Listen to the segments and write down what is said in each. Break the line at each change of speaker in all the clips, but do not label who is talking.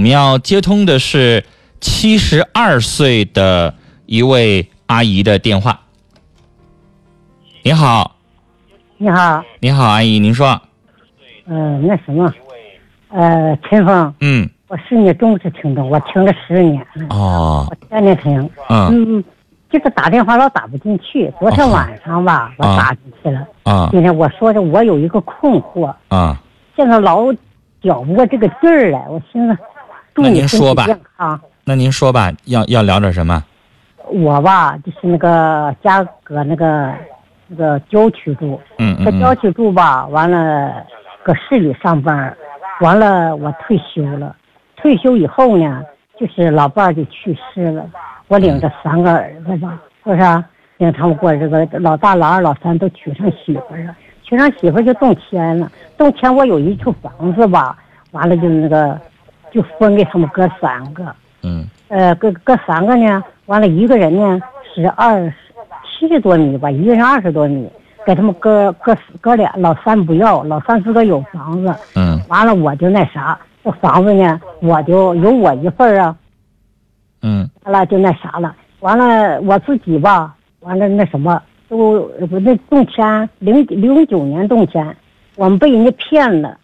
们要接通的是七十二岁的一位阿姨的电话。你好，
你好，
你好，阿姨，您说，
嗯、那什么，呃，陈峰，
嗯，
我是你忠实听众，我听了十年，嗯
哦，
我天天听，
嗯
嗯，就是打电话老打不进去，昨天晚上吧，我
啊
打进去了，
啊
今天我说的我有一个困惑，
啊，
现在老搅不过这个劲儿来，我寻思，祝
那
你
您
身
说
体
吧
健康。
那您说吧，要要聊点什么？
我吧，就是那个家搁那个那个郊区住，
嗯
搁
嗯
郊
嗯，
区住吧，完了搁市里上班，完了我退休了，退休以后呢，就是老伴儿就去世了，我领着三个儿子吧，是不是、啊？领他们过日子，老大、老二、老三都娶上媳妇儿了，娶上媳妇儿就动迁了，动迁我有一处房子吧，完了就那个就分给他们哥三个，
嗯
呃，各各三个呢，完了一个人呢是二十七十多米吧，一个人二十多米，给他们哥哥哥俩老三不要，老三自个儿有房子，
嗯
完了我就那啥，这房子呢我就有我一份儿啊，
嗯
完了就那啥了，完了我自己吧，完了那什么都我那动迁零零九年动迁，我们被人家骗了，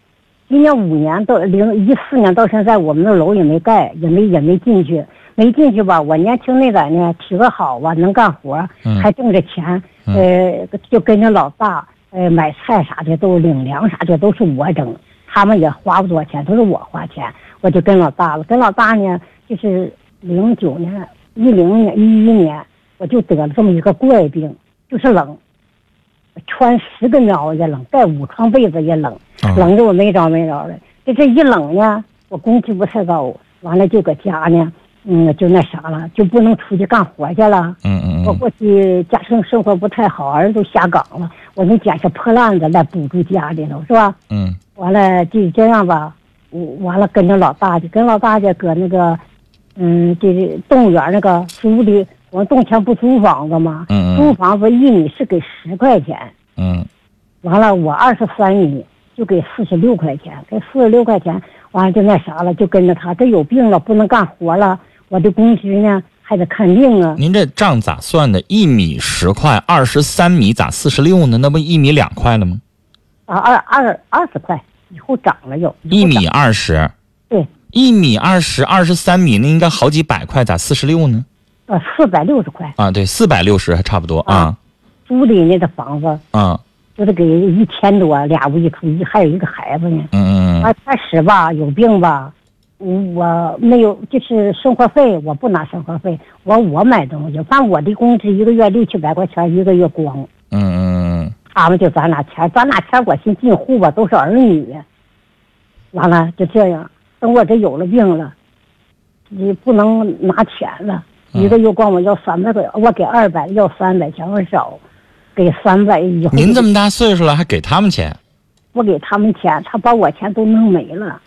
今年五年到零一四年到现在，我们那楼也没盖，也没也没进去，没进去吧。我年轻那阵呢，体格好吧，能干活，
嗯
还挣着钱，呃，就跟着老大，呃，买菜啥的都领粮啥的都是我整，他们也花不多钱，都是我花钱，我就跟老大了。跟老大呢，就是零九年、一零年、一一年，我就得了这么一个怪病，就是冷，穿十个袄也冷，盖五床被子也冷。
嗯
冷的我没着没着的。这这一冷呢，我工资不太高，完了就搁家呢，嗯，就那啥了，就不能出去干活去了。
嗯
我
嗯
过去家庭生活不太好，儿子都下岗了，我就捡些破烂子来补助家里头，是吧？
嗯
完了就这样吧，我完了跟着老大去，跟老大去搁那个，嗯，就是动物园那个租的，我动迁不租房子吗？租
嗯
房子一米是给十块钱，
嗯
完了，我二十三米就给四十六块钱，给四十六块钱，完了就那啥了，就跟着他。这有病了，不能干活了，我的工资呢还得看病啊。
您这账咋算的？一米十块，二十三米咋四十六呢？那不一米两块了吗？
啊，二二二十块，以后涨了又
一。
以后
米
涨
二十，
对，
一米二十，二十三米那应该好几百块，咋四十六呢？
呃，四百六十块，
啊，对，四百六十还差不多啊
啊租的人家的房子
啊，
就得给一千多，俩屋一厨一，还有一个孩子呢。
嗯嗯嗯
啊，开始吧，有病吧，嗯我没有，就是生活费我不拿生活费，我我买东西，反正我的工资一个月六七百块钱，一个月光。
嗯嗯
他们就咱俩钱儿，咱俩钱儿我先进户吧，都是儿女。完了就这样，等我这有了病了，你不能拿钱了，
嗯
一个月管我要三百块，我给二百要三百，嫌我少，给三百以后
嗯，您这么大岁数了还给他们钱？
我给他们钱，他把我钱都弄没了，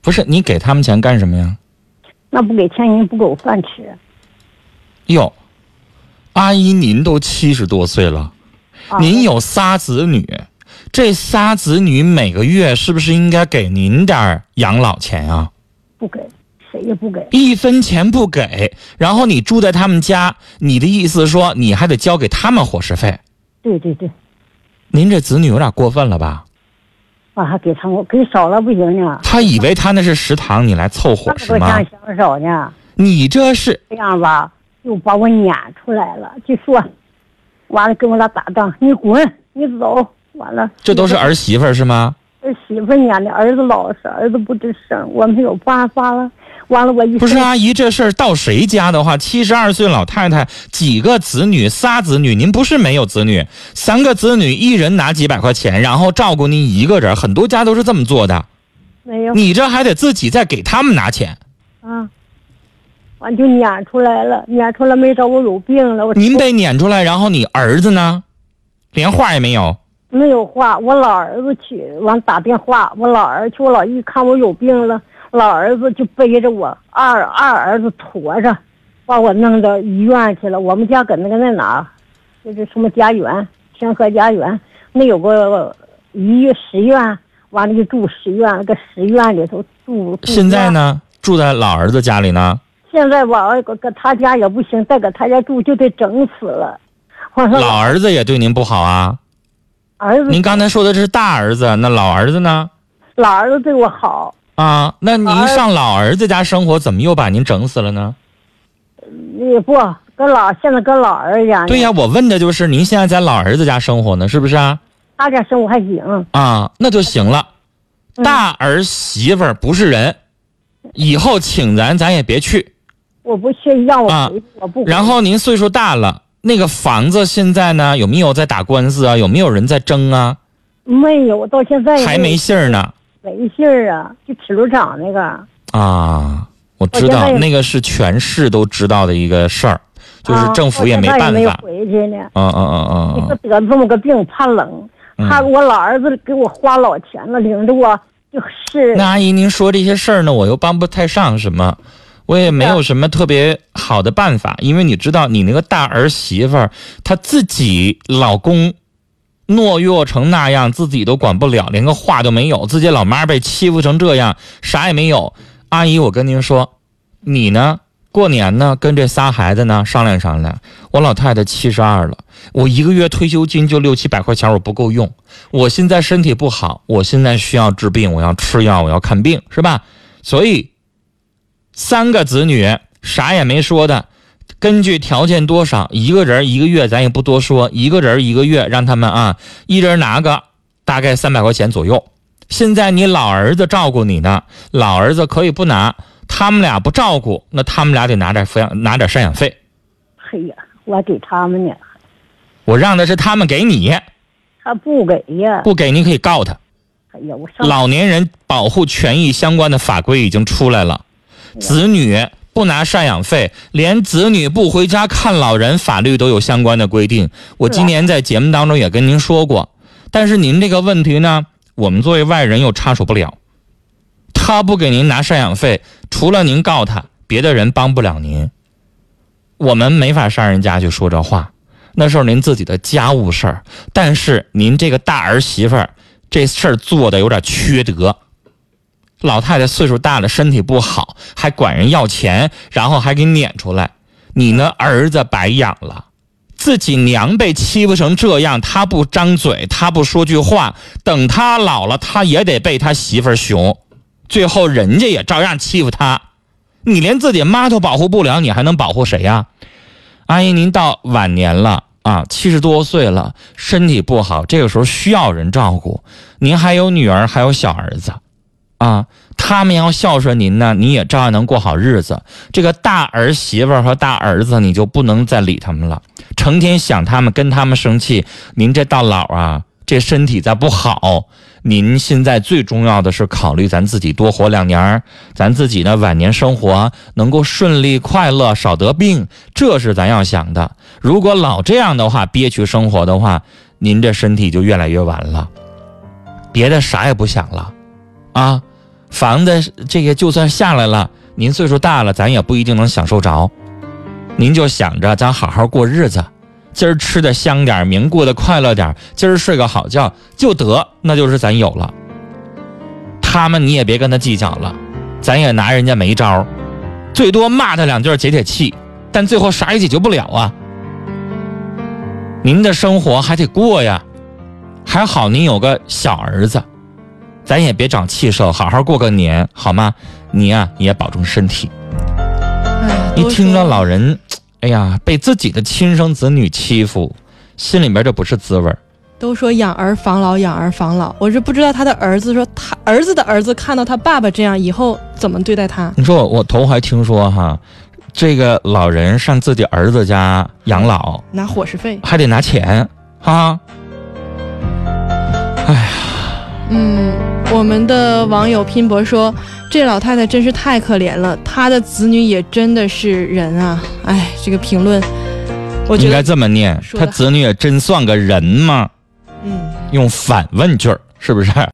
不是，你给他们钱干什么呀？
那不给钱人不够饭吃。
哟，阿姨，您都七十多岁了，
啊、
您有仨子女，这仨子女每个月是不是应该给您点儿养老钱啊？
不给，谁也不给。
一分钱不给，然后你住在他们家，你的意思说你还得交给他们伙食费？
对对对，
您这子女有点过分了吧？
我、还给他们给少了不行呢，
他以为他那是食堂，你来凑
那
合
么
是
多
吗
钱？嫌少呢。
你这是
这样吧，又把我撵出来了，就说，完了跟我俩打仗，你滚，你走，完了。
这都是儿媳妇儿是吗？
儿媳妇撵的，儿子老实，儿子不吱声，我没有办法了。完了，我一
不是啊
生
阿姨，这事儿到谁家的话，七十二岁老太太几个子女，仨子女，您不是没有子女，三个子女一人拿几百块钱，然后照顾您一个人，很多家都是这么做的。
没有
你这还得自己再给他们拿钱，
啊，完就撵出来了，撵出来没招我有病了，我
您被撵出来，然后你儿子呢，连话也没有。
没有话，我老儿子去，完打电话，我老儿去，我老姨看我有病了，老儿子就背着我，二二儿子驮着，把我弄到医院去了。我们家搁那个那哪儿，就是什么家园，天河家园，那有个医实院，完了就住实院，搁实院里头住。住
现在
院？
呢，住在老儿子家里呢？
现在吧，哎搁搁他家也不行，再搁他家住就得整死了。我说
老儿子也对您不好啊？
儿子
您刚才说的是大儿子，那老儿子呢？
老儿子对我好，
啊，那您
老儿
上老儿子家生活，怎么又把您整死了呢？
也不跟老现在跟老儿家呢
对呀、我问的就是您现在在老儿子家生活呢，是不是啊？
他家生活还行。
啊，那就行了。
嗯
大儿媳妇儿不是人，以后请咱咱也别去。
我不去，让我
啊
回去，我不回。
然后您岁数大了，那个房子现在呢有没有在打官司啊？有没有人在争啊？
没有，我到现在也
还没信儿呢。
没信儿啊，就铁路厂那个。
啊，我
我
知
现
道
在也
那个是全市都知道的一个事儿，就是
啊
政府也
到
没
现在
办
没有
法。
回去呢，
嗯嗯嗯嗯
你说
嗯，
得这么个病，怕冷，
嗯
还我老儿子给我花老钱了，领着我就是
那阿姨，您说这些事儿呢，我又帮不太上什么，我也没有什么特别好的办法，因为你知道，你那个大儿媳妇儿她自己老公懦弱成那样，自己都管不了，连个话都没有，自己老妈被欺负成这样，啥也没有。阿姨，我跟您说，你呢？过年呢，跟这仨孩子呢商量商量。我老太太七十二了，我一个月退休金就六七百块钱，我不够用。我现在身体不好，我现在需要治病，我要吃药，我要看病，是吧？所以，三个子女啥也没说的，根据条件多少，一个人一个月，咱也不多说，一个人一个月，让他们啊，一人拿个大概三百块钱左右。现在你老儿子照顾你呢，老儿子可以不拿，他们俩不照顾，那他们俩得拿点抚养，拿点赡养费。
嘿哎呀，我给他们呢，
我让的是他们给你，
他不给呀。
不给你可以告他。
哎呀，我上
老年人保护权益相关的法规已经出来了，子女不拿赡养费，连子女不回家看老人，法律都有相关的规定。我今年在节目当中也跟您说过，但是您这个问题呢，我们作为外人又插手不了。他不给您拿赡养费，除了您告他，别的人帮不了您。我们没法上人家去说这话，那是您自己的家务事儿。但是您这个大儿媳妇儿这事儿做的有点缺德。老太太岁数大了，身体不好，还管人要钱，然后还给撵出来。你呢，儿子白养了，自己娘被欺负成这样，他不张嘴，他不说句话，等他老了，他也得被他媳妇儿熊，最后人家也照样欺负他。你连自己妈都保护不了，你还能保护谁呀、阿姨，您到晚年了啊，七十多岁了，身体不好，这个时候需要人照顾。您还有女儿，还有小儿子，啊，他们要孝顺您呢，你也照样能过好日子。这个大儿媳妇儿和大儿子，你就不能再理他们了，成天想他们，跟他们生气，您这到老啊，这身体再不好，您现在最重要的是考虑咱自己多活两年儿，咱自己的晚年生活能够顺利快乐，少得病，这是咱要想的。如果老这样的话，憋屈生活的话，您这身体就越来越完了。别的啥也不想了，啊，房子这个就算下来了，您岁数大了，咱也不一定能享受着。您就想着咱好好过日子，今儿吃的香点儿，明过得快乐点儿，今儿睡个好觉就得，那就是咱有了。他们你也别跟他计较了，咱也拿人家没招儿，最多骂他两句儿解解气，但最后啥也解决不了啊。您的生活还得过呀，还好您有个小儿子，咱也别长气受，好好过个年好吗？你呀、也保重身体。
哎，
一
都
听
说
着老人，哎呀，被自己的亲生子女欺负，心里边这不是滋味儿。
都说养儿防老，养儿防老，我是不知道他的儿子说他儿子的儿子看到他爸爸这样以后怎么对待他。
你说我我头还听说哈，这个老人上自己儿子家养老
拿伙食费，
还得拿钱哈。
嗯，我们的网友拼搏说，这老太太真是太可怜了，她的子女也真的是人啊！哎，这个评论，我觉
应该
得，
这么念，
说
他
得
子女也真算个人吗？
嗯。
用反问句儿是不是？